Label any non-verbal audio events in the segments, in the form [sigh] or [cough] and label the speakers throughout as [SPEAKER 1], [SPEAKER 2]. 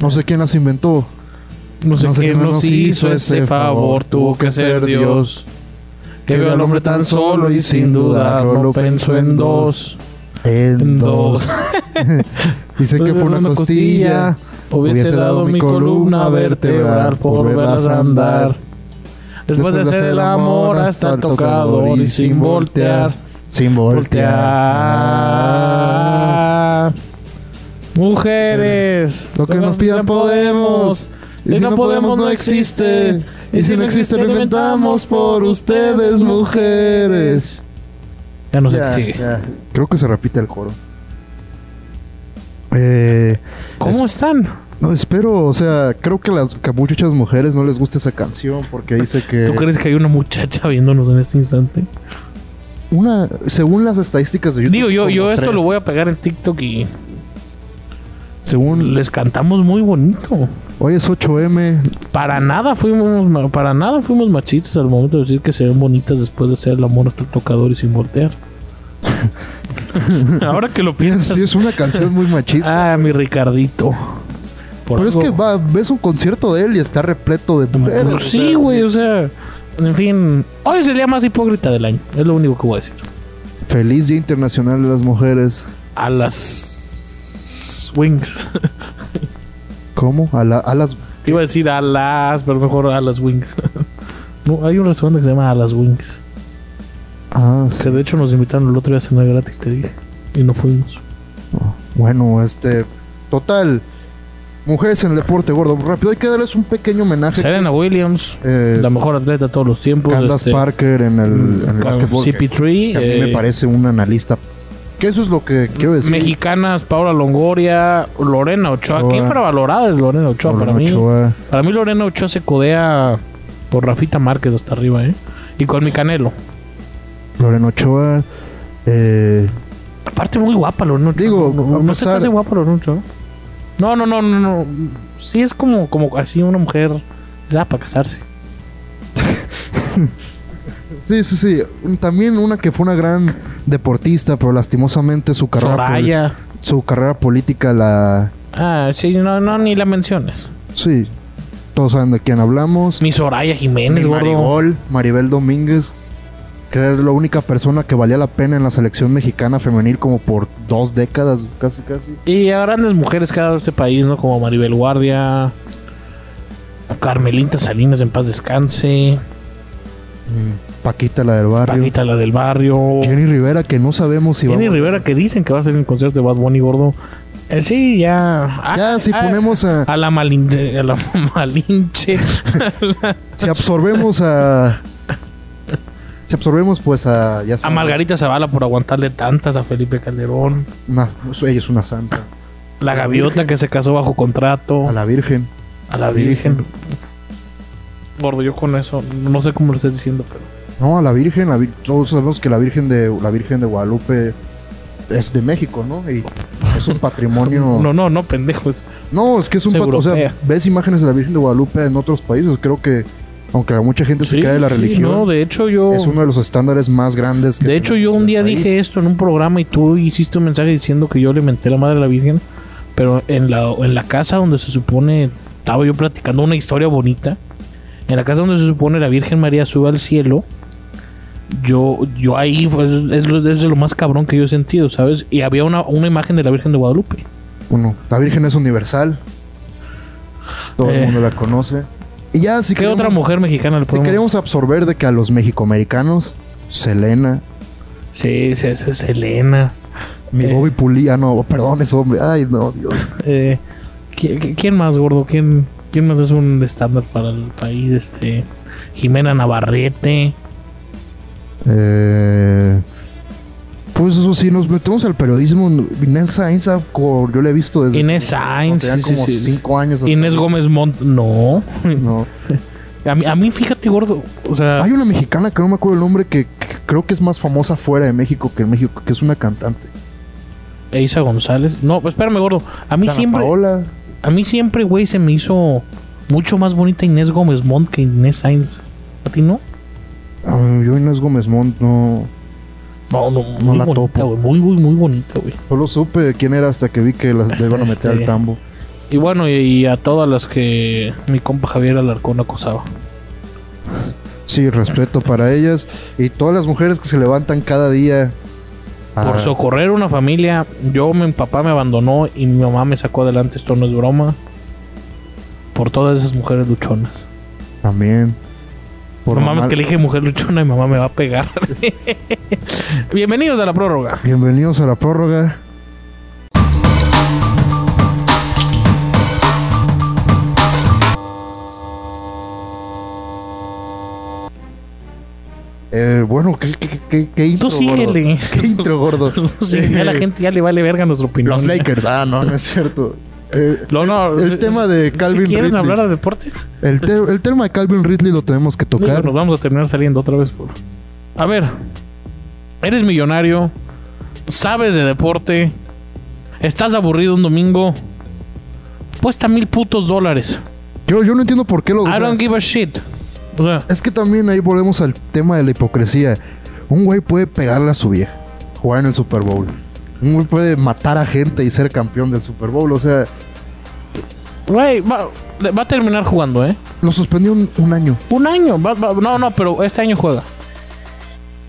[SPEAKER 1] No sé quién las inventó.
[SPEAKER 2] No sé, quién nos hizo ese favor, tuvo que ser Dios. Que vio al hombre tan solo y sin dudarlo lo pensó en dos.
[SPEAKER 1] En
[SPEAKER 2] En dos. [laughs]
[SPEAKER 1] Dice que fue una costilla.
[SPEAKER 2] Hubiese dado mi columna vertebral por verlas andar. Después de hacer el amor hasta el tocador y sin voltear.
[SPEAKER 1] Sin voltear.
[SPEAKER 2] Voltear. Mujeres,
[SPEAKER 1] Lo que nos pidan podemos.
[SPEAKER 2] Y si no podemos no existe. Y si no existe lo inventamos por ustedes, mujeres. Ya nos
[SPEAKER 1] Ya,
[SPEAKER 2] exige.
[SPEAKER 1] ya. Creo que se repite el coro. Eh,
[SPEAKER 2] ¿Cómo están?
[SPEAKER 1] no, espero, o sea, creo que las que a muchas mujeres no les gusta esa canción porque dice que
[SPEAKER 2] ¿Tú crees que hay una muchacha viéndonos en este instante?
[SPEAKER 1] una, según las estadísticas de YouTube,
[SPEAKER 2] Digo, yo, yo esto lo voy a pegar en TikTok y según les cantamos muy bonito.
[SPEAKER 1] Hoy es 8M,
[SPEAKER 2] Para nada fuimos ma- para nada fuimos machistas al momento de decir que se ven bonitas después de hacer el amor hasta el tocador y sin [laughs] voltear. Ahora que lo
[SPEAKER 1] [laughs]
[SPEAKER 2] piensas.
[SPEAKER 1] sí es una canción muy machista.
[SPEAKER 2] Ah, mi Ricardito. Por
[SPEAKER 1] Pero es
[SPEAKER 2] algo-
[SPEAKER 1] que va, ves un concierto de él y está repleto de mujeres.
[SPEAKER 2] Pues sí, güey, o sea, en fin, hoy es el día más hipócrita del año, es lo único que voy a decir.
[SPEAKER 1] Feliz Día Internacional de las Mujeres.
[SPEAKER 2] A las Wings. [laughs]
[SPEAKER 1] ¿Cómo? A, la- a las
[SPEAKER 2] Iba a decir a las, pero mejor a las Wings. [laughs] no, hay un restaurante que se llama a las Wings.
[SPEAKER 1] ah, sí.
[SPEAKER 2] Que de hecho nos invitaron el otro día a cenar gratis, te dije. Y no fuimos.
[SPEAKER 1] Bueno, este total mujeres en el deporte, gordo. Rápido, hay que darles un pequeño homenaje.
[SPEAKER 2] [laughs] Serena Williams,
[SPEAKER 1] Eh,
[SPEAKER 2] la mejor atleta de todos los tiempos.
[SPEAKER 1] Candace
[SPEAKER 2] este, mm,
[SPEAKER 1] Parker en el, en el
[SPEAKER 2] Cam-
[SPEAKER 1] básquetbol. que-
[SPEAKER 2] CP3.
[SPEAKER 1] que a mí
[SPEAKER 2] eh,
[SPEAKER 1] me parece un analista. Que eso es lo que quiero decir.
[SPEAKER 2] Mexicanas, Paula Longoria, Lorena Ochoa.
[SPEAKER 1] Ochoa.
[SPEAKER 2] Qué infravalorada es Lorena Ochoa
[SPEAKER 1] Lorena
[SPEAKER 2] para mí.
[SPEAKER 1] Ochoa.
[SPEAKER 2] Para mí Lorena Ochoa se codea por Rafita Márquez hasta arriba, ¿eh? Y con mi canelo.
[SPEAKER 1] Lorena Ochoa. eh,
[SPEAKER 2] Aparte muy guapa Lorena Ochoa.
[SPEAKER 1] Digo,
[SPEAKER 2] no,
[SPEAKER 1] a
[SPEAKER 2] no- no se te
[SPEAKER 1] pesar-
[SPEAKER 2] hace guapa Lorena Ochoa. No, no, no, no, no. Sí es como, como así una mujer ya para casarse.
[SPEAKER 1] sí, sí, sí. También una que fue una gran deportista, pero lastimosamente su carrera, pol-
[SPEAKER 2] Soraya.
[SPEAKER 1] su carrera política la.
[SPEAKER 2] Ah, sí, no, no, ni la menciones.
[SPEAKER 1] Sí. Todos saben de quién hablamos.
[SPEAKER 2] Ni Soraya Jiménez,
[SPEAKER 1] Ni
[SPEAKER 2] gordo.
[SPEAKER 1] Maribol, Maribel Domínguez, que era la única persona que valía la pena en la selección mexicana femenil como por dos décadas, casi casi.
[SPEAKER 2] Y a grandes mujeres que ha dado este país, ¿no? Como Maribel Guardia, Carmelita Salinas en paz descanse,
[SPEAKER 1] Mm, Paquita la del barrio.
[SPEAKER 2] Paquita la del barrio,
[SPEAKER 1] Jenny Rivera, que no sabemos si
[SPEAKER 2] Jenny
[SPEAKER 1] vamos-
[SPEAKER 2] Rivera que dicen que va a ser un concierto de Bad Bunny gordo. Eh, sí, ya. Ah,
[SPEAKER 1] Ya si
[SPEAKER 2] ah,
[SPEAKER 1] ponemos a,
[SPEAKER 2] A la, malin- a la malinche.
[SPEAKER 1] si absorbemos a si absorbemos pues a ya
[SPEAKER 2] A
[SPEAKER 1] saben,
[SPEAKER 2] Margarita Zavala por aguantarle tantas. A Felipe Calderón.
[SPEAKER 1] una- ella es una santa,
[SPEAKER 2] La gaviota que se casó bajo contrato.
[SPEAKER 1] a la Virgen.
[SPEAKER 2] A la Virgen. Gordo, yo con eso. No sé cómo lo estás diciendo, pero.
[SPEAKER 1] No, a la Virgen, la Vir- todos sabemos que la Virgen de la Virgen de Guadalupe es de México, ¿no? Y es un patrimonio
[SPEAKER 2] [laughs] No, no, no, pendejo. es-
[SPEAKER 1] No, es que es un
[SPEAKER 2] Es
[SPEAKER 1] pat- O sea,
[SPEAKER 2] europea.
[SPEAKER 1] ves imágenes de la Virgen de Guadalupe en otros países. Creo que, aunque a mucha gente se
[SPEAKER 2] Sí,
[SPEAKER 1] cree la
[SPEAKER 2] sí,
[SPEAKER 1] religión,
[SPEAKER 2] No, de hecho, yo.
[SPEAKER 1] es uno de los estándares más grandes. que
[SPEAKER 2] De hecho, yo
[SPEAKER 1] tenemos en
[SPEAKER 2] un
[SPEAKER 1] el
[SPEAKER 2] día
[SPEAKER 1] país.
[SPEAKER 2] dije esto en un programa y tú hiciste un mensaje diciendo que yo le menté la madre a la Virgen, pero en la, en la casa donde se supone, estaba yo platicando una historia bonita, en la casa donde se supone la Virgen María sube al cielo, yo, yo ahí fue, es, lo- es de lo más cabrón que yo he sentido, ¿sabes? Y había una, una imagen de la Virgen de Guadalupe.
[SPEAKER 1] Uno, la Virgen es universal. Todo el
[SPEAKER 2] Eh.
[SPEAKER 1] mundo la conoce. Y ya, si
[SPEAKER 2] ¿Qué otra mujer mexicana le
[SPEAKER 1] Si
[SPEAKER 2] podemos...
[SPEAKER 1] queremos absorber de que a los mexicoamericanos, Selena,
[SPEAKER 2] Sí, sí, sí, Selena.
[SPEAKER 1] mi
[SPEAKER 2] Eh.
[SPEAKER 1] Bobby Pulí, ah, no, perdón, es hombre. Ay, no, Dios.
[SPEAKER 2] Eh, ¿qui- qui- ¿Quién más, gordo? ¿Quién, quién más es un estándar para el país? Este, Jimena Navarrete.
[SPEAKER 1] Eh, Pues eso sí, nos metemos al periodismo. Inés Sainz, ah, co- yo la he visto desde.
[SPEAKER 2] Inés Sainz.
[SPEAKER 1] Tenían
[SPEAKER 2] sí, sí,
[SPEAKER 1] como
[SPEAKER 2] sí.
[SPEAKER 1] cinco años. hasta-
[SPEAKER 2] Inés Gómez Mont. No. [laughs]
[SPEAKER 1] No.
[SPEAKER 2] A mí, a mí, fíjate, gordo. O sea,
[SPEAKER 1] Hay una mexicana que no me acuerdo el nombre que, que creo que es más famosa fuera de México que en México, que es una cantante.
[SPEAKER 2] Eisa González. No, pues espérame, gordo. A mí
[SPEAKER 1] Dana
[SPEAKER 2] siempre,
[SPEAKER 1] Paola.
[SPEAKER 2] a mí siempre, güey, se me hizo mucho más bonita Inés Gómez Mont que Inés Sainz. ¿A ti no?
[SPEAKER 1] Ah, yo Inés Gómez Montt no,
[SPEAKER 2] No, no, muy
[SPEAKER 1] la
[SPEAKER 2] bonita,
[SPEAKER 1] topo.
[SPEAKER 2] güey. Muy, muy, muy bonita, güey. [laughs]
[SPEAKER 1] solo supe quién era hasta que vi que las le iban a meter al
[SPEAKER 2] Este.
[SPEAKER 1] tambo.
[SPEAKER 2] Y bueno, y, y a todas las que mi compa Javier Alarcón acosaba.
[SPEAKER 1] Sí, respeto para ellas y todas las mujeres que se levantan cada día. Ah, a-
[SPEAKER 2] Por socorrer una familia, yo, mi papá me abandonó y mi mamá me sacó adelante, esto no es broma. Por todas esas mujeres luchonas.
[SPEAKER 1] También. Por
[SPEAKER 2] no mames
[SPEAKER 1] mamar-
[SPEAKER 2] que le dije mujer luchona y mamá me va a pegar. [laughs] Bienvenidos a la prórroga. [laughs]
[SPEAKER 1] Bienvenidos a la prórroga. Eh, bueno, ¿qué, qué, qué- qué, qué intro,
[SPEAKER 2] Tú síguele.
[SPEAKER 1] gordo? ¿Qué intro,
[SPEAKER 2] [laughs]
[SPEAKER 1] gordo? Eh,
[SPEAKER 2] Sí, ya la gente ya le vale verga nuestra opinión.
[SPEAKER 1] Los Lakers. Ah, no, no es cierto. Eh,
[SPEAKER 2] No, no,
[SPEAKER 1] El
[SPEAKER 2] si-
[SPEAKER 1] tema de Calvin
[SPEAKER 2] Si quieren
[SPEAKER 1] Ridley.
[SPEAKER 2] hablar de deportes,
[SPEAKER 1] el, te- el tema de Calvin Ridley lo tenemos que
[SPEAKER 2] digo,
[SPEAKER 1] tocar.
[SPEAKER 2] nos vamos a terminar saliendo otra vez. Por... A ver, eres millonario, sabes de deporte, estás aburrido un domingo, cuesta mil putos dólares.
[SPEAKER 1] Yo, yo no entiendo por qué lo... o
[SPEAKER 2] I
[SPEAKER 1] sea,
[SPEAKER 2] don't give a shit. O sea,
[SPEAKER 1] Es que también ahí volvemos al tema de la hipocresía. Un güey puede pegarle a su vieja, jugar en el Super Bowl. Un güey puede matar a gente y ser campeón del Super Bowl. O sea,
[SPEAKER 2] güey, va, va a terminar jugando, ¿eh?
[SPEAKER 1] lo suspendió un, un año.
[SPEAKER 2] Un año. va- va- no, no, pero este año juega.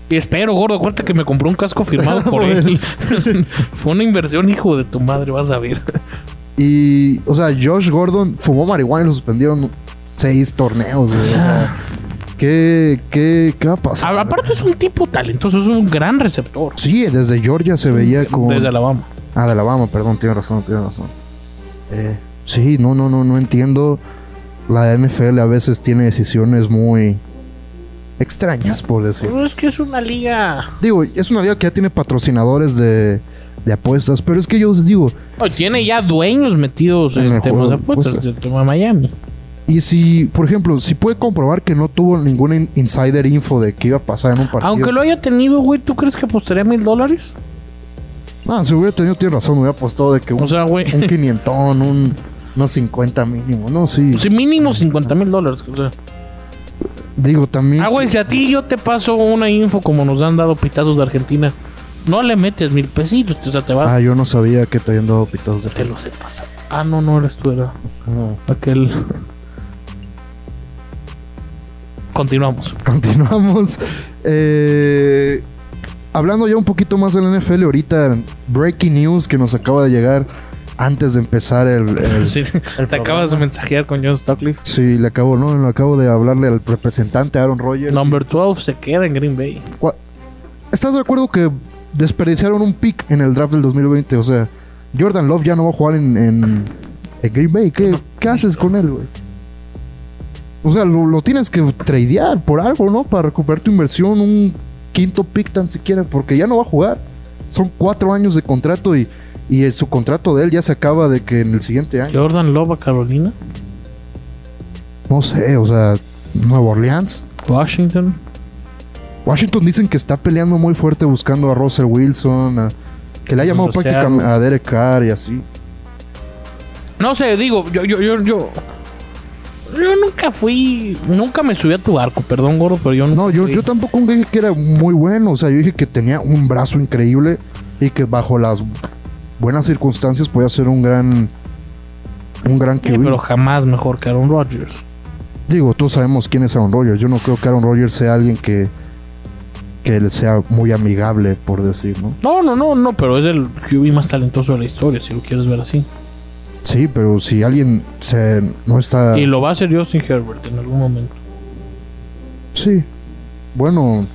[SPEAKER 2] Y espero, gordo, acuérdate que me compré un casco firmado
[SPEAKER 1] [laughs]
[SPEAKER 2] por
[SPEAKER 1] Por
[SPEAKER 2] él. [laughs] Fue una inversión, hijo de tu madre, vas a ver.
[SPEAKER 1] Y, o sea, Josh Gordon fumó marihuana y lo suspendieron seis torneos. güey. O
[SPEAKER 2] [laughs]
[SPEAKER 1] sea, ¿qué, qué, qué va a
[SPEAKER 2] A-
[SPEAKER 1] pasar?
[SPEAKER 2] Aparte es un tipo talentoso, es un gran receptor.
[SPEAKER 1] Sí, desde Georgia se veía como...
[SPEAKER 2] Desde Alabama.
[SPEAKER 1] Ah, de Alabama, perdón, tiene razón, tiene razón. Eh, sí, no, no, no, no entiendo. La NFL a veces tiene decisiones muy extrañas, por decir.
[SPEAKER 2] Pues Es que es una liga...
[SPEAKER 1] Digo, es una liga que ya tiene patrocinadores de, de apuestas, pero es que yo les digo,
[SPEAKER 2] Ay, Tiene ya dueños metidos
[SPEAKER 1] En
[SPEAKER 2] en,
[SPEAKER 1] el
[SPEAKER 2] temas
[SPEAKER 1] juego
[SPEAKER 2] de
[SPEAKER 1] de
[SPEAKER 2] apuestas,
[SPEAKER 1] apuestas.
[SPEAKER 2] el tema de Miami.
[SPEAKER 1] y si, por ejemplo, si puede comprobar que no tuvo ninguna in- insider info de que iba a pasar en un partido.
[SPEAKER 2] Aunque lo haya tenido, güey, ¿tú crees que apostaría mil dólares?
[SPEAKER 1] Ah, si hubiera tenido, tiene razón, hubiera apostado de que un,
[SPEAKER 2] O sea, güey,
[SPEAKER 1] un quinientón, un, unos 50 mínimo, no, sí.
[SPEAKER 2] [laughs] sí, mínimo 50 mil dólares. o sea.
[SPEAKER 1] Digo, también.
[SPEAKER 2] Ah, güey, si a ti yo te paso una info como nos han dado pitados de Argentina, no le metes mil pesitos, o sea, te vas...
[SPEAKER 1] Ah, yo no sabía que te habían dado pitados de
[SPEAKER 2] Te lo sé pasar. Ah, no, no eres tú, era
[SPEAKER 1] Ah.
[SPEAKER 2] aquel... Continuamos.
[SPEAKER 1] Continuamos. Eh, hablando ya un poquito más del NFL, ahorita breaking news que nos acaba de llegar antes de empezar el. [laughs] el-
[SPEAKER 2] [laughs] Sí, te
[SPEAKER 1] programa.
[SPEAKER 2] acabas de mensajear con John Stockliff.
[SPEAKER 1] Sí, le acabo, no, le acabo de hablarle al representante Aaron Rodgers.
[SPEAKER 2] Number 12 se queda en Green Bay.
[SPEAKER 1] Cua- ¿Estás de acuerdo que desperdiciaron un pick en el draft del 2020? O sea, Jordan Love ya no va a jugar en, en- en Green Bay. ¿Qué, qué haces con él, güey? O sea, lo, lo tienes que tradear por algo, ¿no? Para recuperar tu inversión, un quinto pick tan siquiera, porque ya no va a jugar. Son cuatro años de contrato y, y el- su contrato de él ya se acaba de que en el siguiente año.
[SPEAKER 2] Jordan Love a Carolina.
[SPEAKER 1] No sé, o sea, Nueva Orleans.
[SPEAKER 2] Washington.
[SPEAKER 1] Washington dicen que está peleando muy fuerte buscando a Russell Wilson, a- que le ha llamado
[SPEAKER 2] Pues, o sea,
[SPEAKER 1] prácticamente a Derek Carr y así.
[SPEAKER 2] No sé, digo, yo, yo, yo, yo. Yo nunca fui. Nunca me subí a tu barco, perdón, gordo, pero yo nunca
[SPEAKER 1] No, yo,
[SPEAKER 2] fui.
[SPEAKER 1] yo tampoco dije que era muy bueno, o sea, yo dije que tenía un brazo increíble y que bajo las buenas circunstancias podía ser un gran un gran
[SPEAKER 2] Sí,
[SPEAKER 1] QB.
[SPEAKER 2] pero jamás mejor que Aaron Rodgers.
[SPEAKER 1] Digo, todos sabemos quién es Aaron Rodgers. Yo no creo que Aaron Rodgers sea alguien que que le sea muy amigable, por decir, ¿no?
[SPEAKER 2] No, no, no, no, pero es el QB más talentoso de la historia, si lo quieres ver así.
[SPEAKER 1] Sí, pero si alguien se no está
[SPEAKER 2] Y lo va a hacer Justin Herbert en algún momento.
[SPEAKER 1] sí. Bueno,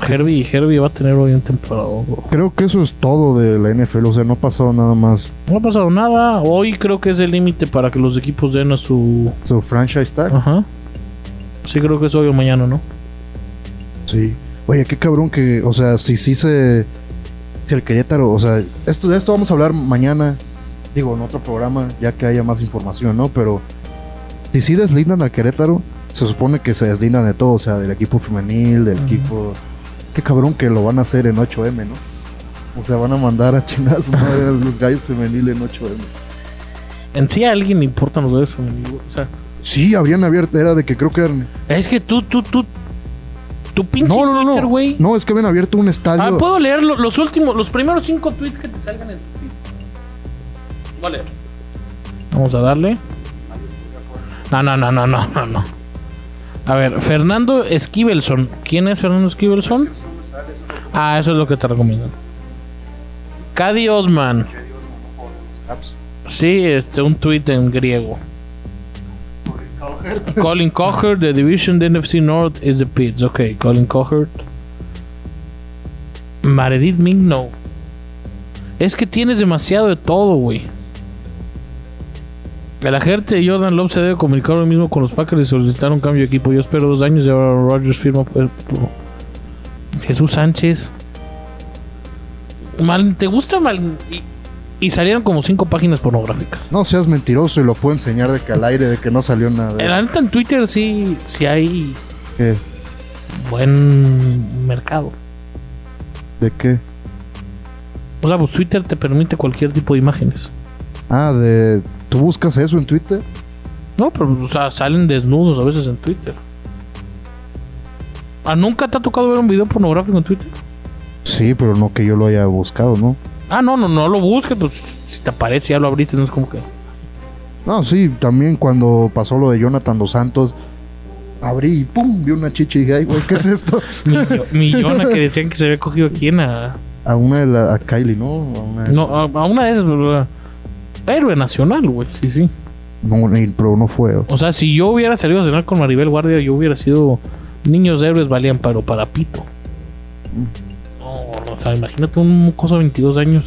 [SPEAKER 1] creo
[SPEAKER 2] Herbie, Herbie va a tener hoy un temporada. gordo.
[SPEAKER 1] Creo que eso es todo de la NFL, o sea, no ha pasado nada más
[SPEAKER 2] No ha pasado nada. Hoy creo que es el límite para que los equipos den a su.
[SPEAKER 1] su franchise tag.
[SPEAKER 2] Ajá. Sí, creo que es hoy o mañana, ¿no?
[SPEAKER 1] Sí. Oye, qué cabrón que, o sea, si sí se si el Querétaro, o sea, esto de esto vamos a hablar mañana, digo, en otro programa, ya que haya más información, ¿no? Pero si sí deslindan al Querétaro, se supone que se deslindan de todo, o sea, del equipo femenil, del
[SPEAKER 2] Ajá.
[SPEAKER 1] equipo Qué cabrón que lo van a hacer en 8M, ¿no? O sea, van a mandar a chingar a su madre a los gallos femenil en 8M.
[SPEAKER 2] En sí a alguien le importan los dedos femeninos. O sea,
[SPEAKER 1] Sí, habían abierto, era de que creo que eran
[SPEAKER 2] es que tú, tú, tú. Tu pinche
[SPEAKER 1] No, no, no,
[SPEAKER 2] Twitter,
[SPEAKER 1] no.
[SPEAKER 2] güey.
[SPEAKER 1] No, es que habían abierto un estadio.
[SPEAKER 2] Ah, puedo leer lo- los últimos, los primeros cinco tweets que te salgan en tu feed? Voy a leer. Vamos a darle. No, no, no, no, no, no, no. A ver, Fernando Esquivelson. ¿Quién es Fernando Esquivelson? Ah, eso es lo que te recomiendo. Cady Osman. Sí, este, un tweet en griego. Colin Cowherd, the division the NFC North is the Pits. Ok, Colin Cowherd. Meredith Migno. Es que tienes demasiado de todo, güey. El agente de Jordan Love se debe comunicar hoy mismo con los Packers y solicitar un cambio de equipo. Yo espero dos años y ahora Rodgers firma por- por- Jesús Sánchez. Mal, ¿Te gusta mal? Y, y salieron como cinco páginas pornográficas.
[SPEAKER 1] No seas mentiroso y lo puedo enseñar de que al aire, de que no salió nada.
[SPEAKER 2] Eh, La neta en Twitter sí, sí hay
[SPEAKER 1] ¿Qué?
[SPEAKER 2] buen mercado.
[SPEAKER 1] ¿De qué?
[SPEAKER 2] O sea, pues Twitter te permite cualquier tipo de imágenes.
[SPEAKER 1] Ah, de... ¿Tú buscas eso en Twitter?
[SPEAKER 2] No, pero o sea, salen desnudos a veces en Twitter. ¿Ah, ¿Nunca te ha tocado ver un video pornográfico en Twitter?
[SPEAKER 1] Sí, pero no que yo lo haya buscado, ¿no?
[SPEAKER 2] Ah, no, no, no lo busques, pues si te aparece ya lo abriste, no es como que...
[SPEAKER 1] No, sí, también cuando pasó lo de Jonathan Dos Santos, abrí y pum, vi una chicha y dije, ay, güey, ¿qué
[SPEAKER 2] [laughs]
[SPEAKER 1] es esto?
[SPEAKER 2] Millo- Millona que decían que se había cogido aquí en a...
[SPEAKER 1] a una de la, a Kylie, ¿no? A una de-
[SPEAKER 2] No, a, a una de esas... bla, bla, bla. Héroe nacional, güey, sí, sí.
[SPEAKER 1] No, ni- pero no fue.
[SPEAKER 2] O sea, si yo hubiera salido a cenar con Maribel Guardia, yo hubiera sido... Niños héroes valían pero para pito. No, o sea, imagínate un mocoso de 22 años.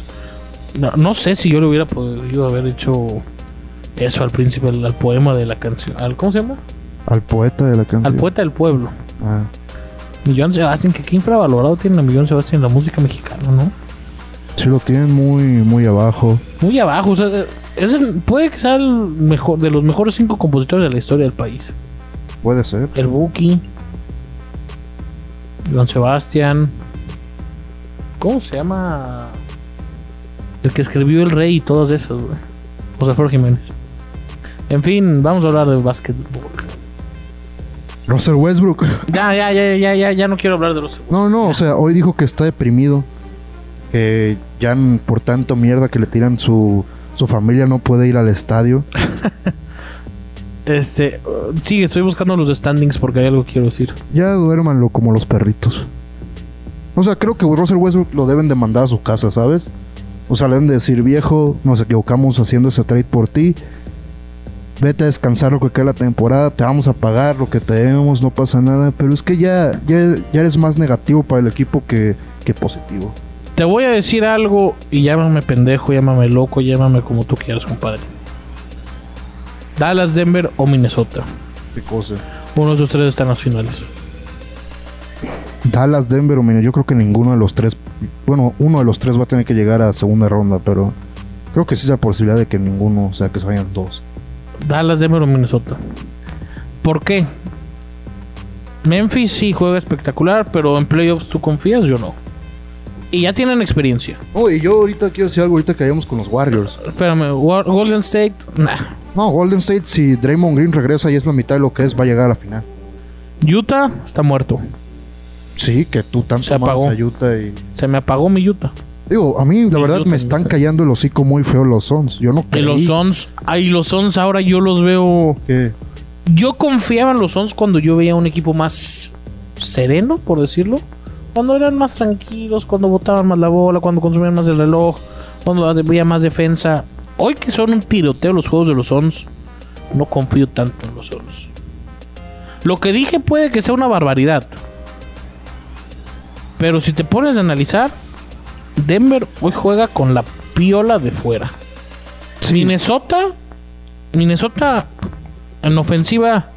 [SPEAKER 2] No, no sé si yo le hubiera podido haber hecho eso al príncipe, al, al poema de la canción. al- ¿Cómo se llama?
[SPEAKER 1] Al poeta de la canción.
[SPEAKER 2] Al poeta del pueblo.
[SPEAKER 1] Ah.
[SPEAKER 2] Millón Sebastián, que qué infravalorado tiene a Millón Sebastián en la música mexicana, ¿no?
[SPEAKER 1] Sí, lo tienen muy, muy abajo.
[SPEAKER 2] Muy abajo, o sea, es el- puede que sea el mejor, de los mejores cinco compositores de la historia del país.
[SPEAKER 1] Puede ser.
[SPEAKER 2] El Buki, Don Sebastián, ¿cómo se llama? El que escribió El Rey y todas esas, güey. José Flor Jiménez. En fin, vamos a hablar de básquetbol.
[SPEAKER 1] Russell Westbrook.
[SPEAKER 2] Ya, ya, ya, ya, ya, ya no quiero hablar de los.
[SPEAKER 1] No, no, o sea, hoy dijo que está deprimido. Que ya n- por tanto mierda que le tiran su, su familia no puede ir al estadio.
[SPEAKER 2] Este, uh, sí, estoy buscando los standings porque hay algo que quiero decir.
[SPEAKER 1] Ya duérmanlo como los perritos. O sea, creo que Russell Westbrook lo deben de mandar a su casa, ¿sabes? O sea, le deben de decir, viejo, nos equivocamos haciendo ese trade por ti. Vete a descansar lo que queda la temporada, te vamos a pagar lo que te debemos, no pasa nada. Pero es que ya, ya, ya eres más negativo para el equipo que, que positivo.
[SPEAKER 2] Te voy a decir algo y llámame pendejo, llámame loco, llámame como tú quieras, compadre. Dallas, Denver o Minnesota.
[SPEAKER 1] ¿Qué cosa?
[SPEAKER 2] Uno de esos tres está en las finales.
[SPEAKER 1] Dallas, Denver o Minnesota. Yo creo que ninguno de los tres. Bueno, uno de los tres va a tener que llegar a segunda ronda, pero creo que sí es la posibilidad de que ninguno, o sea, que se vayan dos.
[SPEAKER 2] Dallas, Denver o Minnesota. ¿Por qué? Memphis sí juega espectacular, pero en playoffs tú confías, yo no. Y ya tienen experiencia.
[SPEAKER 1] Oh, y yo ahorita quiero decir algo ahorita que hayamos con los Warriors.
[SPEAKER 2] Espérame, Wa- Golden State, nah.
[SPEAKER 1] No, Golden State, si Draymond Green regresa y es la mitad de lo que es, va a llegar a la final.
[SPEAKER 2] Utah está muerto.
[SPEAKER 1] Sí, que tú tanto
[SPEAKER 2] Se
[SPEAKER 1] amas
[SPEAKER 2] apagó.
[SPEAKER 1] a Utah y...
[SPEAKER 2] Se me apagó mi Utah.
[SPEAKER 1] Digo, a mí la
[SPEAKER 2] Y
[SPEAKER 1] verdad
[SPEAKER 2] Utah,
[SPEAKER 1] me están
[SPEAKER 2] Utah.
[SPEAKER 1] callando el hocico muy feo los Suns. Yo no
[SPEAKER 2] Y
[SPEAKER 1] creí
[SPEAKER 2] los Suns, ay, los Suns ahora yo los veo
[SPEAKER 1] que...
[SPEAKER 2] Yo confiaba en los Suns cuando yo veía un equipo más sereno, por decirlo. Cuando eran más tranquilos, cuando botaban más la bola, cuando consumían más el reloj, cuando había más defensa. Hoy que son un tiroteo los juegos de los Suns, no confío tanto en los Suns. Lo que dije puede que sea una barbaridad. Pero si te pones a analizar, Denver hoy juega con la piola de fuera. Minnesota, Minnesota en ofensiva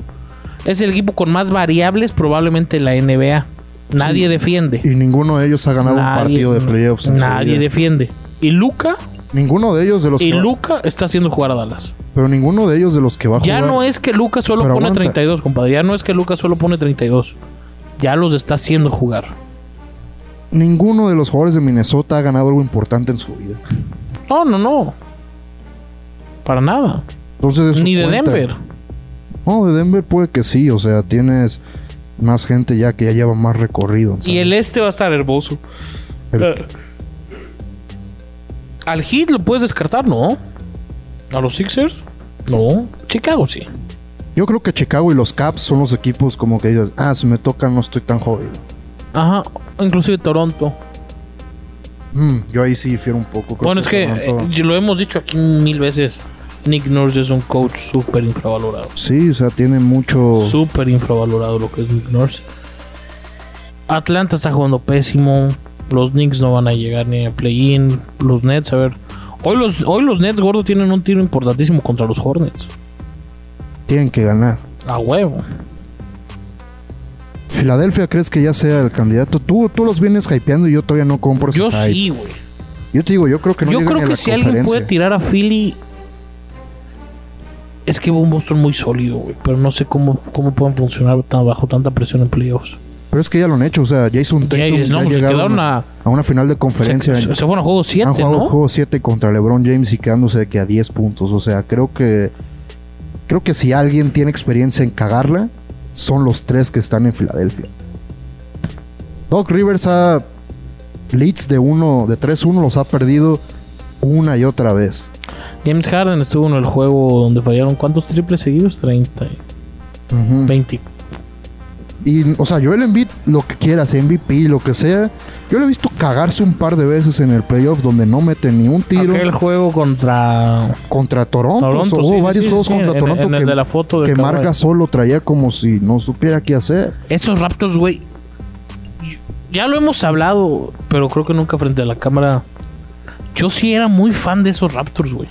[SPEAKER 2] es el equipo con más variables probablemente en la NBA. Nadie defiende.
[SPEAKER 1] Y ninguno de ellos ha ganado un partido de playoffs. en su
[SPEAKER 2] Nadie
[SPEAKER 1] vida. Pues
[SPEAKER 2] defiende. Y Luca,
[SPEAKER 1] Ninguno de ellos de los
[SPEAKER 2] y
[SPEAKER 1] que va-
[SPEAKER 2] Luca está haciendo jugar a Dallas.
[SPEAKER 1] Pero ninguno de ellos de los que va a
[SPEAKER 2] Ya
[SPEAKER 1] jugar...
[SPEAKER 2] no es que Luca solo
[SPEAKER 1] Pero
[SPEAKER 2] pone
[SPEAKER 1] aguanta.
[SPEAKER 2] 32, compadre. Ya no es que Luca solo pone 32. Ya los está haciendo jugar.
[SPEAKER 1] Ninguno de los jugadores de Minnesota ha ganado algo importante en su vida.
[SPEAKER 2] No, no, no. Para nada.
[SPEAKER 1] Entonces eso
[SPEAKER 2] Ni de
[SPEAKER 1] cuenta.
[SPEAKER 2] Denver.
[SPEAKER 1] No, de Denver puede que sí. O sea, tienes más gente ya que ya lleva más recorrido. ¿sabes?
[SPEAKER 2] Y el este va a estar hermoso.
[SPEAKER 1] El-
[SPEAKER 2] Eh, Al Heat lo puedes descartar, ¿no? A los Sixers. No, Chicago sí.
[SPEAKER 1] Yo creo que Chicago y los Caps son los equipos como que dices, ah, si me tocan no estoy tan jodido.
[SPEAKER 2] Ajá, inclusive Toronto.
[SPEAKER 1] Mm, yo ahí sí fiero un poco. creo
[SPEAKER 2] bueno, es que
[SPEAKER 1] Toronto-
[SPEAKER 2] eh, lo hemos dicho aquí mil veces. Nick Nurse es un coach súper infravalorado.
[SPEAKER 1] Sí, o sea, tiene mucho...
[SPEAKER 2] Súper infravalorado lo que es Nick Nurse. Atlanta está jugando pésimo. Los Knicks no van a llegar ni a play-in. Los Nets, a ver. Hoy los, hoy los Nets, gordo, tienen un tiro importantísimo contra los Hornets.
[SPEAKER 1] Tienen que ganar.
[SPEAKER 2] A huevo.
[SPEAKER 1] ¿Filadelfia crees que ya sea el candidato? Tú, tú los vienes hypeando y yo todavía no compro ese
[SPEAKER 2] Yo
[SPEAKER 1] hype.
[SPEAKER 2] sí, güey.
[SPEAKER 1] Yo te digo, yo creo que no
[SPEAKER 2] Yo
[SPEAKER 1] llegan
[SPEAKER 2] creo
[SPEAKER 1] ni a
[SPEAKER 2] que
[SPEAKER 1] la
[SPEAKER 2] si alguien puede
[SPEAKER 1] conferencia.
[SPEAKER 2] tirar a Philly. Es que va un Boston muy sólido, güey. Pero no sé cómo, cómo pueden funcionar tan bajo tanta presión en playoffs.
[SPEAKER 1] Pero es que ya lo han hecho, o sea, Jason Tatum
[SPEAKER 2] Ya, ellos, no,
[SPEAKER 1] ya
[SPEAKER 2] pues, se
[SPEAKER 1] llegaron
[SPEAKER 2] quedaron
[SPEAKER 1] a,
[SPEAKER 2] a.
[SPEAKER 1] a una final de
[SPEAKER 2] Se,
[SPEAKER 1] conferencia.
[SPEAKER 2] se- se fueron a juego 7,
[SPEAKER 1] han jugado
[SPEAKER 2] ¿no?
[SPEAKER 1] juego 7 contra LeBron James y quedándose de que a 10 puntos, o sea, creo que creo que si alguien tiene experiencia en cagarla son los tres que están en Filadelfia. Doc Rivers ha leads de uno de 3-1 los ha perdido una y otra vez.
[SPEAKER 2] James Harden estuvo en el juego donde fallaron cuántos triples seguidos? 30,
[SPEAKER 1] Ujú.
[SPEAKER 2] 20.
[SPEAKER 1] Y, o sea, Joel Embiid, lo que quieras, MVP, lo que sea. Yo lo he visto cagarse un par de veces en el playoff donde no mete ni un tiro.
[SPEAKER 2] Aquel juego contra
[SPEAKER 1] Contra Toronto.
[SPEAKER 2] Toronto.
[SPEAKER 1] o hubo
[SPEAKER 2] sí, sí,
[SPEAKER 1] varios
[SPEAKER 2] sí,
[SPEAKER 1] juegos
[SPEAKER 2] sí,
[SPEAKER 1] contra
[SPEAKER 2] en-
[SPEAKER 1] Toronto
[SPEAKER 2] en el
[SPEAKER 1] que,
[SPEAKER 2] de la foto de
[SPEAKER 1] que
[SPEAKER 2] Kawhi.
[SPEAKER 1] Marga solo traía como si no supiera qué hacer.
[SPEAKER 2] Esos Raptors, güey. Ya lo hemos hablado, pero creo que nunca frente a la cámara. Yo sí era muy fan de esos Raptors, güey.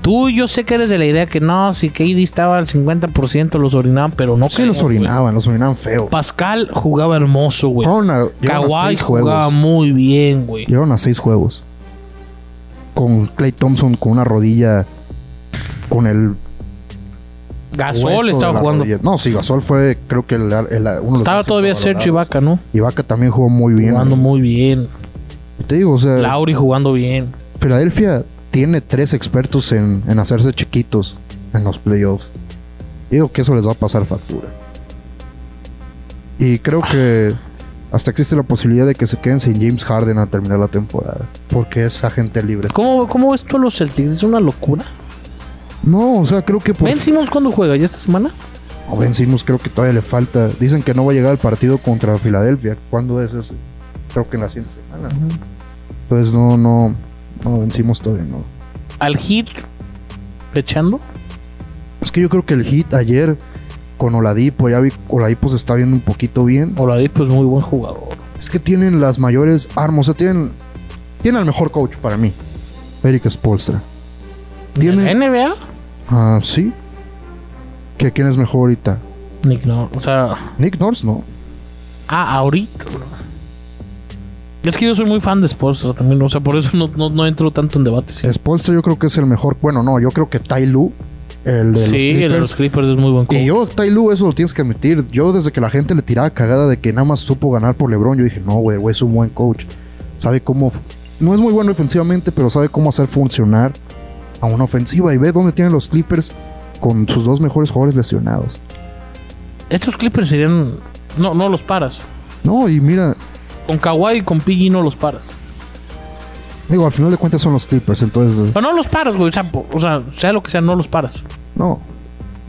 [SPEAKER 2] Tú, yo sé que eres de la idea que no, si KD estaba al 50%, los orinaban, pero no
[SPEAKER 1] Sí,
[SPEAKER 2] creo,
[SPEAKER 1] los
[SPEAKER 2] güey.
[SPEAKER 1] orinaban, los orinaban feo.
[SPEAKER 2] Pascal jugaba hermoso, güey.
[SPEAKER 1] Llegaron a, llegaron a
[SPEAKER 2] Kawhi
[SPEAKER 1] seis
[SPEAKER 2] jugaba
[SPEAKER 1] juegos.
[SPEAKER 2] muy bien, güey.
[SPEAKER 1] Llegaron a seis juegos. Con Clay Thompson con una rodilla. Con el. hueso
[SPEAKER 2] Gasol
[SPEAKER 1] de
[SPEAKER 2] estaba
[SPEAKER 1] la
[SPEAKER 2] jugando.
[SPEAKER 1] rodilla. No, sí, Gasol fue, creo que el, el- uno de los
[SPEAKER 2] Estaba
[SPEAKER 1] más
[SPEAKER 2] todavía
[SPEAKER 1] infravalorados.
[SPEAKER 2] Sergio Ibaka, ¿no?
[SPEAKER 1] Ibaka también jugó muy bien. Eh.
[SPEAKER 2] Jugando muy bien.
[SPEAKER 1] Te digo, o sea.
[SPEAKER 2] Lauri jugando bien.
[SPEAKER 1] Filadelfia tiene tres expertos en, en hacerse chiquitos en los playoffs. Digo que eso les va a pasar factura. Y creo que hasta existe la posibilidad de que se queden sin James Harden a terminar la temporada. Porque es agente libre.
[SPEAKER 2] ¿Cómo, cómo ves tú a los Celtics? Es una locura.
[SPEAKER 1] No, o sea, creo que por
[SPEAKER 2] Ben Simmons, ¿cuándo juega? ¿Ya esta semana?
[SPEAKER 1] a Ben Simmons creo que todavía le falta. Dicen que no va a llegar al partido contra Filadelfia. ¿Cuándo es ese? Creo que en la siguiente semana. Entonces no, no. No, Ben Simmons todavía no.
[SPEAKER 2] Al hit echando.
[SPEAKER 1] Es que yo creo que el hit ayer con Oladipo, ya vi, Oladipo se está viendo un poquito bien.
[SPEAKER 2] Oladipo es pues, muy buen jugador.
[SPEAKER 1] Es que tienen las mayores armas, o sea, tienen, tienen al mejor coach para mí, Eric Spolstra.
[SPEAKER 2] ¿En
[SPEAKER 1] Tienen,
[SPEAKER 2] la NBA?
[SPEAKER 1] ah, sí. ¿Que quién es mejor ahorita?
[SPEAKER 2] Nick no. O sea,
[SPEAKER 1] Nick Nurse, no.
[SPEAKER 2] ah, ahorita. bro. Es que yo soy muy fan de Sports también. O sea, por eso no, no, no entro tanto en debate. Sí,
[SPEAKER 1] Spolstra yo creo que es el mejor. Bueno, no, yo creo que Tai Lue, el de
[SPEAKER 2] Sí,
[SPEAKER 1] los
[SPEAKER 2] el de
[SPEAKER 1] Clippers.
[SPEAKER 2] los Clippers es muy buen
[SPEAKER 1] Y
[SPEAKER 2] coach.
[SPEAKER 1] yo, Tai Lue, eso lo tienes que admitir. Yo desde que la gente le tiraba cagada de que nada más supo ganar por LeBron, yo dije, no, güey, güey, es un buen coach. Sabe cómo... No es muy bueno ofensivamente, pero sabe cómo hacer funcionar a una ofensiva. Y ve dónde tienen los Clippers con sus dos mejores jugadores lesionados.
[SPEAKER 2] Estos Clippers serían. No, no los paras.
[SPEAKER 1] No, y mira,
[SPEAKER 2] Con Kawhi y con PG no los paras.
[SPEAKER 1] digo, al final de cuentas son los Clippers, entonces... eh,
[SPEAKER 2] Pero no los paras, güey. O sea, po- o sea, sea lo que sea, no los paras.
[SPEAKER 1] No.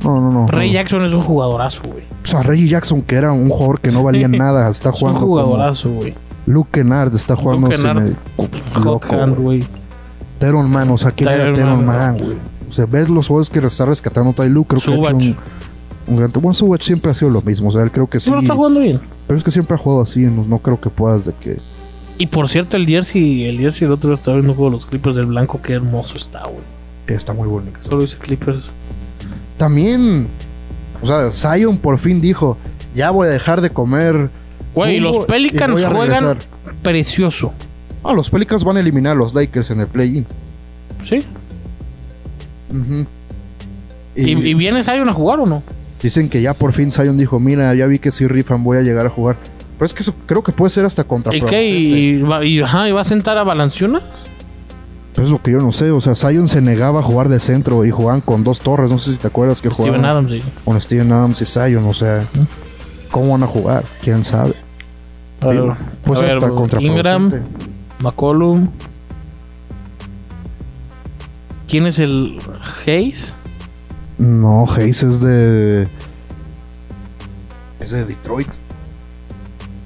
[SPEAKER 1] No, no, no.
[SPEAKER 2] Ray
[SPEAKER 1] no.
[SPEAKER 2] Jackson es un jugadorazo, güey.
[SPEAKER 1] O sea, Reggie Jackson, que era un jugador que no
[SPEAKER 2] [laughs]
[SPEAKER 1] valía nada, está
[SPEAKER 2] Es un
[SPEAKER 1] jugando... como-
[SPEAKER 2] jugadorazo, güey.
[SPEAKER 1] Luke Kennard está jugando...
[SPEAKER 2] Luke
[SPEAKER 1] sin
[SPEAKER 2] Kennard.
[SPEAKER 1] el-
[SPEAKER 2] Hot
[SPEAKER 1] Loco,
[SPEAKER 2] hand,
[SPEAKER 1] güey.
[SPEAKER 2] güey.
[SPEAKER 1] Teron Man, o sea, ¿quién era
[SPEAKER 2] Tyron
[SPEAKER 1] Teron Man,
[SPEAKER 2] Man,
[SPEAKER 1] güey? O sea, ves los juegos que está rescatando Tai Lue, creo
[SPEAKER 2] Subach.
[SPEAKER 1] que ha hecho un, un gran... Bueno, Subach siempre ha sido lo mismo, o sea, él creo que sí,
[SPEAKER 2] Pero está jugando bien.
[SPEAKER 1] pero es que siempre ha jugado así, no, no creo que puedas de que...
[SPEAKER 2] Y por cierto, el Jersey, el Jersey el otro día estaba viendo un juego de los Clippers del blanco, qué hermoso está, güey.
[SPEAKER 1] Está muy bonito.
[SPEAKER 2] Solo dice Clippers.
[SPEAKER 1] También, o sea, Zion por fin dijo, ya voy a dejar de comer...
[SPEAKER 2] Güey,
[SPEAKER 1] Hubo-
[SPEAKER 2] los
[SPEAKER 1] y voy
[SPEAKER 2] Pelicans
[SPEAKER 1] a
[SPEAKER 2] juegan
[SPEAKER 1] regresar.
[SPEAKER 2] precioso.
[SPEAKER 1] Ah, los Pelicans van a eliminar a los Lakers en el play-in.
[SPEAKER 2] ¿Sí?
[SPEAKER 1] Ujú.
[SPEAKER 2] ¿Y,
[SPEAKER 1] Y-
[SPEAKER 2] y viene Zion a jugar o no?
[SPEAKER 1] Dicen que ya por fin Zion dijo, mira, ya vi que sí rifan, voy a llegar a jugar. Pero es que eso creo que puede ser hasta contra
[SPEAKER 2] ¿Y qué? ¿Y va, y- ajá, ¿y va a sentar a Balanciuna?
[SPEAKER 1] Pues es lo que yo no sé, o sea, Zion se negaba a jugar de centro y jugaban con dos torres, no sé si te acuerdas que jugaban
[SPEAKER 2] Steven Adams, sí.
[SPEAKER 1] con Steven Adams y Zion, o sea, ¿cómo van a jugar? ¿Quién sabe?
[SPEAKER 2] A ver,
[SPEAKER 1] Digo, pues
[SPEAKER 2] a ver,
[SPEAKER 1] hasta
[SPEAKER 2] Ingram,
[SPEAKER 1] contraproducente.
[SPEAKER 2] McCollum. ¿Quién es el Hayes?
[SPEAKER 1] No, Hayes es de. Es de Detroit.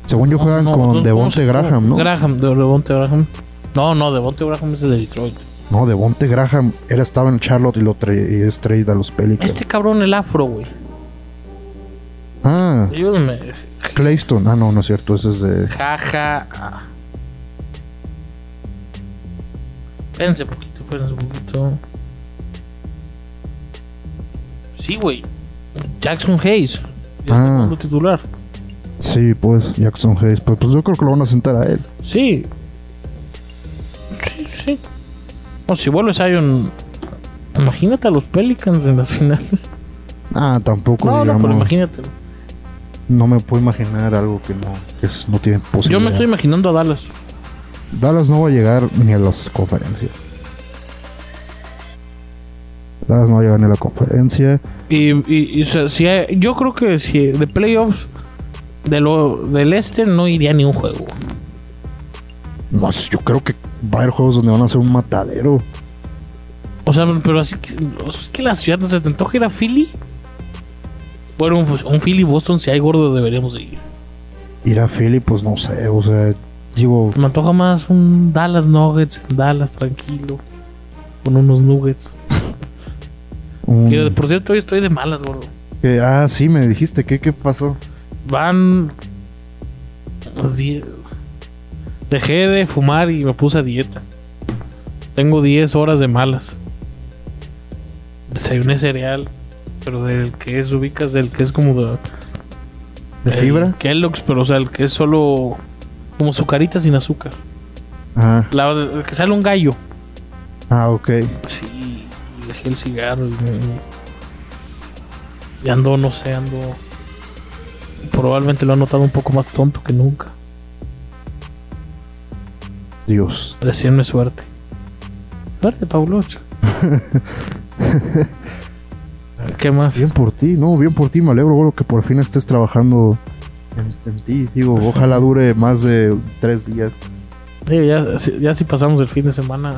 [SPEAKER 1] Según yo juegan
[SPEAKER 2] No, no,
[SPEAKER 1] con
[SPEAKER 2] no,
[SPEAKER 1] Devonte
[SPEAKER 2] ¿cómo se-
[SPEAKER 1] Graham, ¿no?
[SPEAKER 2] Graham, de Devonte Graham. No, no, Devonte Graham es de Detroit.
[SPEAKER 1] no, Devonte Graham. Él estaba en Charlotte y lo tra- y es trade a los Pelicans.
[SPEAKER 2] Este cabrón, el afro, güey.
[SPEAKER 1] Ah,
[SPEAKER 2] Ayúdame.
[SPEAKER 1] Clayston. Ah, no, no es cierto. Ese es de.
[SPEAKER 2] Jaja. Espérense un poquito, espérense un poquito. Sí, güey. Jackson Hayes. Ya
[SPEAKER 1] Ah.
[SPEAKER 2] está como titular.
[SPEAKER 1] Sí, pues, Jackson Hayes. Pues, pues yo creo que lo van a sentar a él.
[SPEAKER 2] Sí. Sí, sí. O si vuelve Zion. Imagínate a los Pelicans en las finales.
[SPEAKER 1] Ah, tampoco,
[SPEAKER 2] No, pues no,
[SPEAKER 1] digamos.
[SPEAKER 2] pero
[SPEAKER 1] No,
[SPEAKER 2] imagínate.
[SPEAKER 1] me puedo imaginar algo que no, que es- no tiene
[SPEAKER 2] Yo
[SPEAKER 1] posibilidad.
[SPEAKER 2] me estoy imaginando a Dallas.
[SPEAKER 1] Dallas no va a llegar ni a las conferencias. Dallas no va a llegar ni a la conferencia.
[SPEAKER 2] Y, y- y, o sea, si hay- yo creo que si de playoffs de lo, del este no iría ni un juego.
[SPEAKER 1] No, sé, yo creo que va a haber juegos donde van a ser un matadero.
[SPEAKER 2] O sea, pero así que, o sea, es que la ciudad no se te antoja ir a Philly. Bueno, un, un Philly Boston, si hay gordo, deberíamos de ir.
[SPEAKER 1] Ir a Philly, pues no sé, o sea, digo,
[SPEAKER 2] Me antoja más un Dallas Nuggets, Dallas tranquilo, con unos Nuggets.
[SPEAKER 1] un-
[SPEAKER 2] Que, por cierto, hoy estoy de malas, gordo.
[SPEAKER 1] que- ah, sí, me dijiste, ¿qué, qué pasó?
[SPEAKER 2] Van. los die- Dejé de fumar y me puse a dieta. Tengo 10 horas de malas. Desayuné cereal, pero del que es, ubicas, del que es como de.
[SPEAKER 1] ¿De
[SPEAKER 2] el
[SPEAKER 1] fibra?
[SPEAKER 2] Kellogg's, pero o sea, el que es solo. Como sucarita sin azúcar.
[SPEAKER 1] Ah,
[SPEAKER 2] La, el que sale un gallo.
[SPEAKER 1] ah, ok.
[SPEAKER 2] Sí, y dejé el cigarro y, me- y ando, no sé, ando. Probablemente lo he notado un poco más tonto que nunca.
[SPEAKER 1] Dios.
[SPEAKER 2] Decirme suerte. Suerte, Paulocho. ¿Qué más?
[SPEAKER 1] Bien por ti, no, bien por ti, me alegro, güey, que por fin estés trabajando en, en ti. Digo,
[SPEAKER 2] Pues,
[SPEAKER 1] ojalá dure más de tres días.
[SPEAKER 2] Digo, ya, si- ya si pasamos el fin de semana,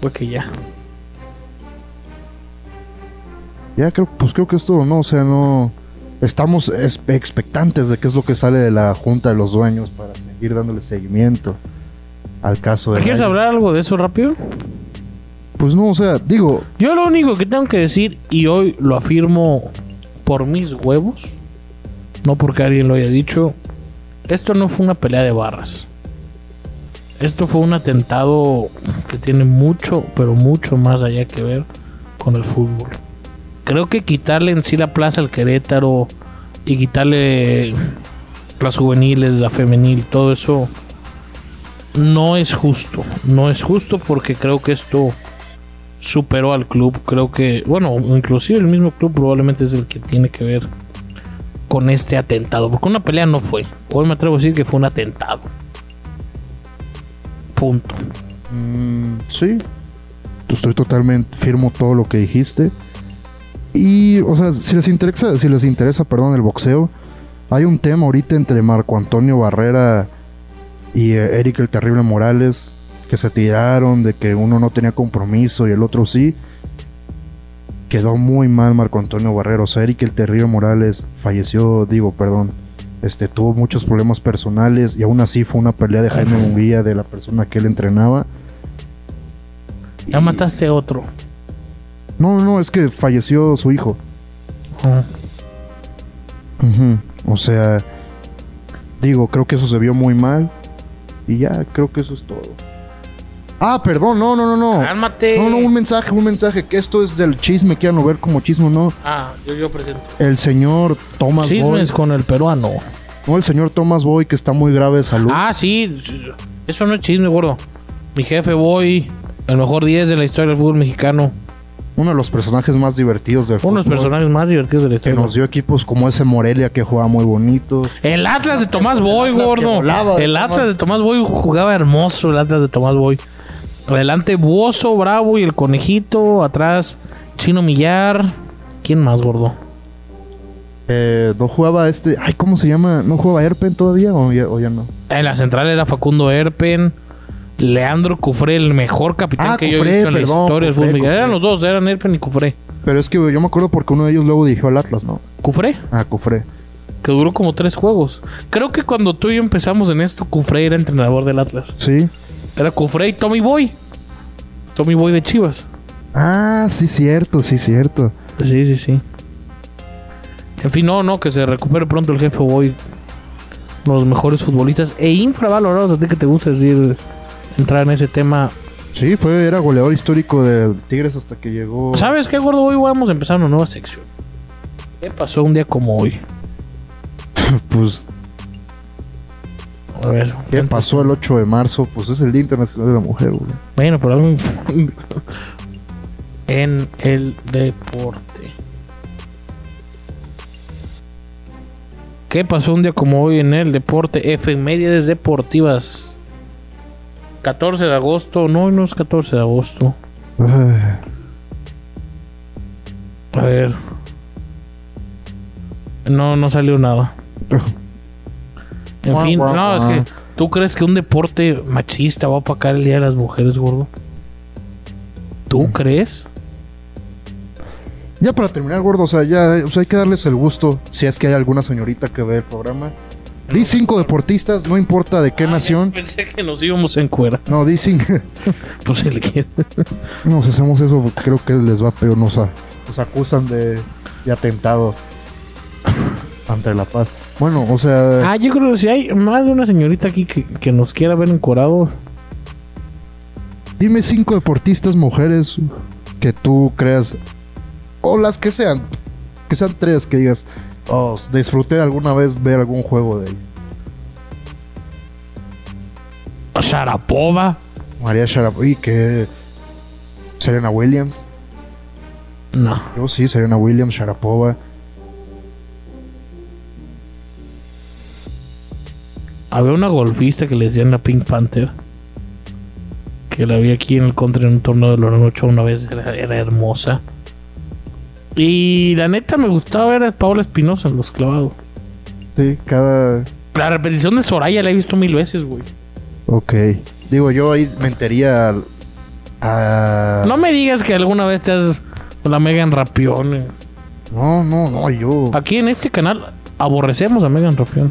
[SPEAKER 2] fue que ya.
[SPEAKER 1] Ya creo, pues creo que esto no, o sea, no. Estamos espe- expectantes de qué es lo que sale de la junta de los dueños para seguir dándole seguimiento al caso de.
[SPEAKER 2] ¿Quieres
[SPEAKER 1] Ryan.
[SPEAKER 2] hablar algo de eso rápido?
[SPEAKER 1] Pues no, o sea, digo,
[SPEAKER 2] Yo lo único que tengo que decir, y hoy lo afirmo por mis huevos, no porque alguien lo haya dicho, esto no fue una pelea de barras. Esto fue un atentado que tiene mucho, pero mucho más allá que ver con el fútbol. Creo que quitarle en sí la plaza al Querétaro y quitarle las juveniles, la femenil, todo eso no es justo. No es justo porque creo que esto superó al club. Creo que, bueno, inclusive el mismo club probablemente es el que tiene que ver con este atentado. Porque una pelea no fue. Hoy me atrevo a decir que fue un atentado. Punto.
[SPEAKER 1] mm, sí, estoy totalmente firmo todo lo que dijiste. Y, o sea, si les interesa, si les interesa, perdón, el boxeo, hay un tema ahorita entre Marco Antonio Barrera y eh, Eric el Terrible Morales que se tiraron de que uno no tenía compromiso y el otro sí. Quedó muy mal Marco Antonio Barrera. O sea, Eric el Terrible Morales falleció, digo, perdón. Este tuvo muchos problemas personales y aún así fue una pelea de Jaime Munguía de la persona que él entrenaba.
[SPEAKER 2] Ya
[SPEAKER 1] Y-
[SPEAKER 2] mataste a otro.
[SPEAKER 1] No, no, es que falleció su hijo.
[SPEAKER 2] Ah.
[SPEAKER 1] Ujú. O sea, digo, creo que eso se vio muy mal. Y ya, creo que eso es todo. Ah, perdón, no, no, no, no.
[SPEAKER 2] Cálmate.
[SPEAKER 1] No, no, un mensaje, un mensaje. Que esto es del chisme, que ya no ver como chisme, no.
[SPEAKER 2] Ah, yo, yo presento.
[SPEAKER 1] El señor Thomas Boy.
[SPEAKER 2] Chismes con el peruano.
[SPEAKER 1] No, el señor Thomas Boy, que está muy grave de salud.
[SPEAKER 2] Ah, sí. Eso no es chisme, gordo. Mi jefe Boy, el mejor 10 de la historia del fútbol mexicano.
[SPEAKER 1] Uno de los personajes más divertidos del
[SPEAKER 2] Uno de los
[SPEAKER 1] fútbol,
[SPEAKER 2] personajes más divertidos de la
[SPEAKER 1] Pues, Que
[SPEAKER 2] historia.
[SPEAKER 1] nos dio equipos como ese Morelia que jugaba muy bonito.
[SPEAKER 2] El Atlas de Tomás Boy,
[SPEAKER 1] Atlas que
[SPEAKER 2] gordo.
[SPEAKER 1] volaba de
[SPEAKER 2] El
[SPEAKER 1] Tomás-
[SPEAKER 2] Atlas de Tomás Boy jugaba hermoso, el Atlas de Tomás Boy. Adelante Buoso, Bravo y el Conejito. Atrás Chino Millar. ¿Quién más, gordo?
[SPEAKER 1] Eh, no jugaba este. Ay, ¿cómo se llama? ¿No jugaba Erpen todavía o ya, o ya no?
[SPEAKER 2] En la central era Facundo Erpen. Leandro Cufré, el mejor capitán
[SPEAKER 1] Ah,
[SPEAKER 2] que yo he
[SPEAKER 1] Cufré,
[SPEAKER 2] visto en la
[SPEAKER 1] perdón,
[SPEAKER 2] historia del
[SPEAKER 1] Ah, Cufré,
[SPEAKER 2] fútbol. mexicano.
[SPEAKER 1] Cufré.
[SPEAKER 2] Eran los dos, eran Erpen y Cufré.
[SPEAKER 1] Pero es que güey, yo me acuerdo porque uno de ellos luego dirigió al Atlas, ¿no?
[SPEAKER 2] Cufré,
[SPEAKER 1] Ah, Cofré.
[SPEAKER 2] que duró como tres juegos. Creo que cuando tú y yo empezamos en esto, Cufré era entrenador del Atlas.
[SPEAKER 1] Sí.
[SPEAKER 2] Era Cufré y Tommy Boy. Tommy Boy de Chivas.
[SPEAKER 1] Ah, sí, cierto, sí, cierto.
[SPEAKER 2] Sí, sí, sí. En fin, no, no, que se recupere pronto el jefe Boy. Uno de los mejores futbolistas e infravalorados. A ti que te gusta decir, entrar en ese tema.
[SPEAKER 1] Sí, fue, era goleador histórico de Tigres hasta que llegó.
[SPEAKER 2] ¿Sabes qué, gordo? Hoy vamos a empezar una nueva sección. ¿Qué pasó un día como hoy?
[SPEAKER 1] Pues,
[SPEAKER 2] A ver.
[SPEAKER 1] ¿qué
[SPEAKER 2] ten-
[SPEAKER 1] pasó el 8 de marzo? Pues es el Día Internacional de la Mujer, güey.
[SPEAKER 2] Bueno, pero algo inf- [laughs] en el deporte. ¿Qué pasó un día como hoy en el deporte? Efemérides deportivas. 14 de agosto. No, hoy no es 14 de agosto.
[SPEAKER 1] Ah,
[SPEAKER 2] A ver. No, no salió nada. En
[SPEAKER 1] Guau,
[SPEAKER 2] fin,
[SPEAKER 1] guau,
[SPEAKER 2] no, es
[SPEAKER 1] guau.
[SPEAKER 2] que tú crees que un deporte machista va a apacar el Día de las Mujeres, gordo. ¿Tú crees?
[SPEAKER 1] Ya para terminar, gordo, o sea, ya eh, o sea, hay que darles el gusto. Si es que hay alguna señorita que ve el programa. Di cinco deportistas, no importa de qué nación.
[SPEAKER 2] Ah, Pensé que nos íbamos en cuera.
[SPEAKER 1] No, di cinco.
[SPEAKER 2] Pues el que-
[SPEAKER 1] Nos hacemos eso, porque creo que les va peor. Nos, a- nos acusan de, de atentado ante la paz. Bueno, o sea,
[SPEAKER 2] Ah, yo creo que si hay más de una señorita aquí que, que nos quiera ver encuerado.
[SPEAKER 1] dime cinco deportistas mujeres que tú creas, o las que sean, que sean tres que digas, oh, disfruté alguna vez ver algún juego de ella.
[SPEAKER 2] Sharapova.
[SPEAKER 1] María Sharapova y que Serena Williams.
[SPEAKER 2] No.
[SPEAKER 1] Yo sí, Serena Williams, Sharapova.
[SPEAKER 2] Había una golfista que le decían la Pink Panther. Que la vi aquí en el contra en un torneo de Loreno 8 una vez. Era, era hermosa. Y la neta me gustaba ver a Paola Espinosa en los clavados.
[SPEAKER 1] Sí, cada.
[SPEAKER 2] La repetición de Soraya la he visto mil veces, güey.
[SPEAKER 1] Ok. Digo, yo ahí mentiría al- a.
[SPEAKER 2] No me digas que alguna vez te has la Megan Rapión. eh.
[SPEAKER 1] No, no, no, yo.
[SPEAKER 2] Aquí en este canal aborrecemos a Megan Rapión.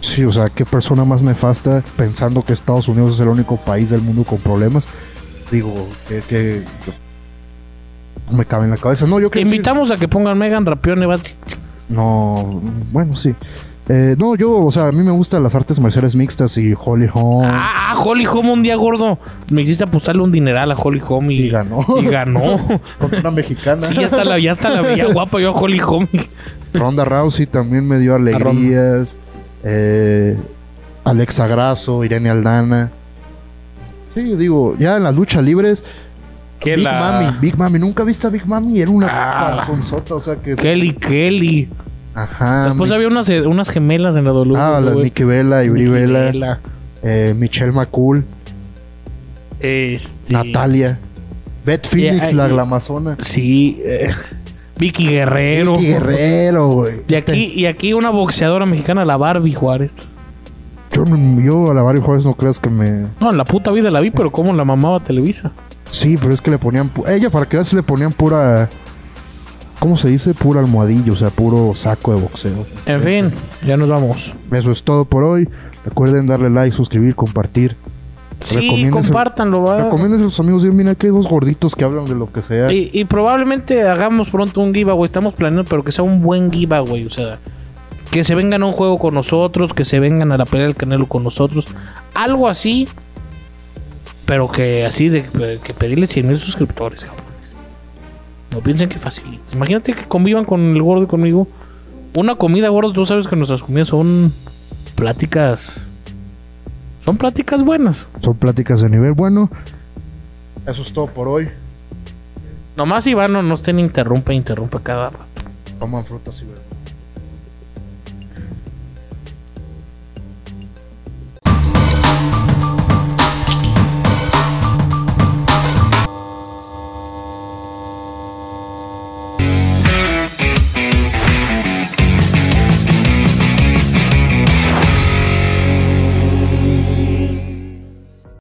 [SPEAKER 1] Sí, o sea, qué persona más nefasta pensando que Estados Unidos es el único país del mundo con problemas. Digo, que. que- que- me cabe en la cabeza. No, yo
[SPEAKER 2] Te
[SPEAKER 1] creo que.
[SPEAKER 2] invitamos a que pongan Megan Rapión. Evans.
[SPEAKER 1] No, bueno, sí. Eh, no, yo, o sea, a mí me gustan las artes marciales mixtas y Holly Holm.
[SPEAKER 2] Ah, ah, Holly Home un día gordo. Me hiciste apostarle un dineral a Holly Home y,
[SPEAKER 1] Y ganó. [laughs]
[SPEAKER 2] Y ganó.
[SPEAKER 1] Contra una mexicana.
[SPEAKER 2] Sí, ya está la, ya está la veía guapa yo a Holly
[SPEAKER 1] [laughs]
[SPEAKER 2] Home.
[SPEAKER 1] Ronda Rousey también me dio alegrías. Eh, Alexa Grasso, Irene Aldana. Sí, digo, ya en las luchas libres.
[SPEAKER 2] Que
[SPEAKER 1] Big
[SPEAKER 2] la-
[SPEAKER 1] Mami, Big Mami, nunca viste a Big Mami, era una
[SPEAKER 2] Ah.
[SPEAKER 1] panzonzota, o sea que.
[SPEAKER 2] Kelly, Kelly.
[SPEAKER 1] Ajá.
[SPEAKER 2] Después
[SPEAKER 1] Ah, mi-
[SPEAKER 2] había unas, unas gemelas en la W.
[SPEAKER 1] ah, las Nikki Vela y Bri Vela,
[SPEAKER 2] Vela.
[SPEAKER 1] eh, Michelle McCool,
[SPEAKER 2] Este.
[SPEAKER 1] Natalia, Beth Phoenix,
[SPEAKER 2] eh,
[SPEAKER 1] la
[SPEAKER 2] y-
[SPEAKER 1] glamazona,
[SPEAKER 2] Sí. eh, Vicky Guerrero.
[SPEAKER 1] Vicky Guerrero, güey.
[SPEAKER 2] Y
[SPEAKER 1] Este,
[SPEAKER 2] aquí, y aquí una boxeadora mexicana, la Barbie Juárez.
[SPEAKER 1] Este, Yo, no- yo a la Barry Juárez no creas que me.
[SPEAKER 2] No, en la puta vida la vi, pero cómo la mamaba Televisa.
[SPEAKER 1] Sí, pero es que le ponían. pu- Ella, para que veas, le ponían pura. ¿Cómo se dice? Pura almohadillo, o sea, puro saco de boxeo.
[SPEAKER 2] En fin, ya nos vamos.
[SPEAKER 1] Eso es todo por hoy. Recuerden darle like, suscribir, compartir.
[SPEAKER 2] Sí,
[SPEAKER 1] Recomiéndese-
[SPEAKER 2] compártanlo. va.
[SPEAKER 1] Recomiéndense a sus amigos. Digan, mira, que hay dos gorditos que hablan de lo que sea.
[SPEAKER 2] Y, y probablemente hagamos pronto un giveaway. Estamos planeando, pero que sea un buen giveaway. O sea, que se vengan a un juego con nosotros, que se vengan a la pelea del canelo con nosotros. Algo así, pero que así de que pedirle 100 mil suscriptores, cabrones. No piensen que facilito. Imagínate que convivan con el gordo y conmigo. Una comida gordo, tú sabes que nuestras comidas son pláticas. Son pláticas buenas.
[SPEAKER 1] Son pláticas de nivel bueno. Eso es todo por hoy.
[SPEAKER 2] Nomás Iván no nos interrumpe, interrumpe cada rato.
[SPEAKER 1] Toman frutas y verduras.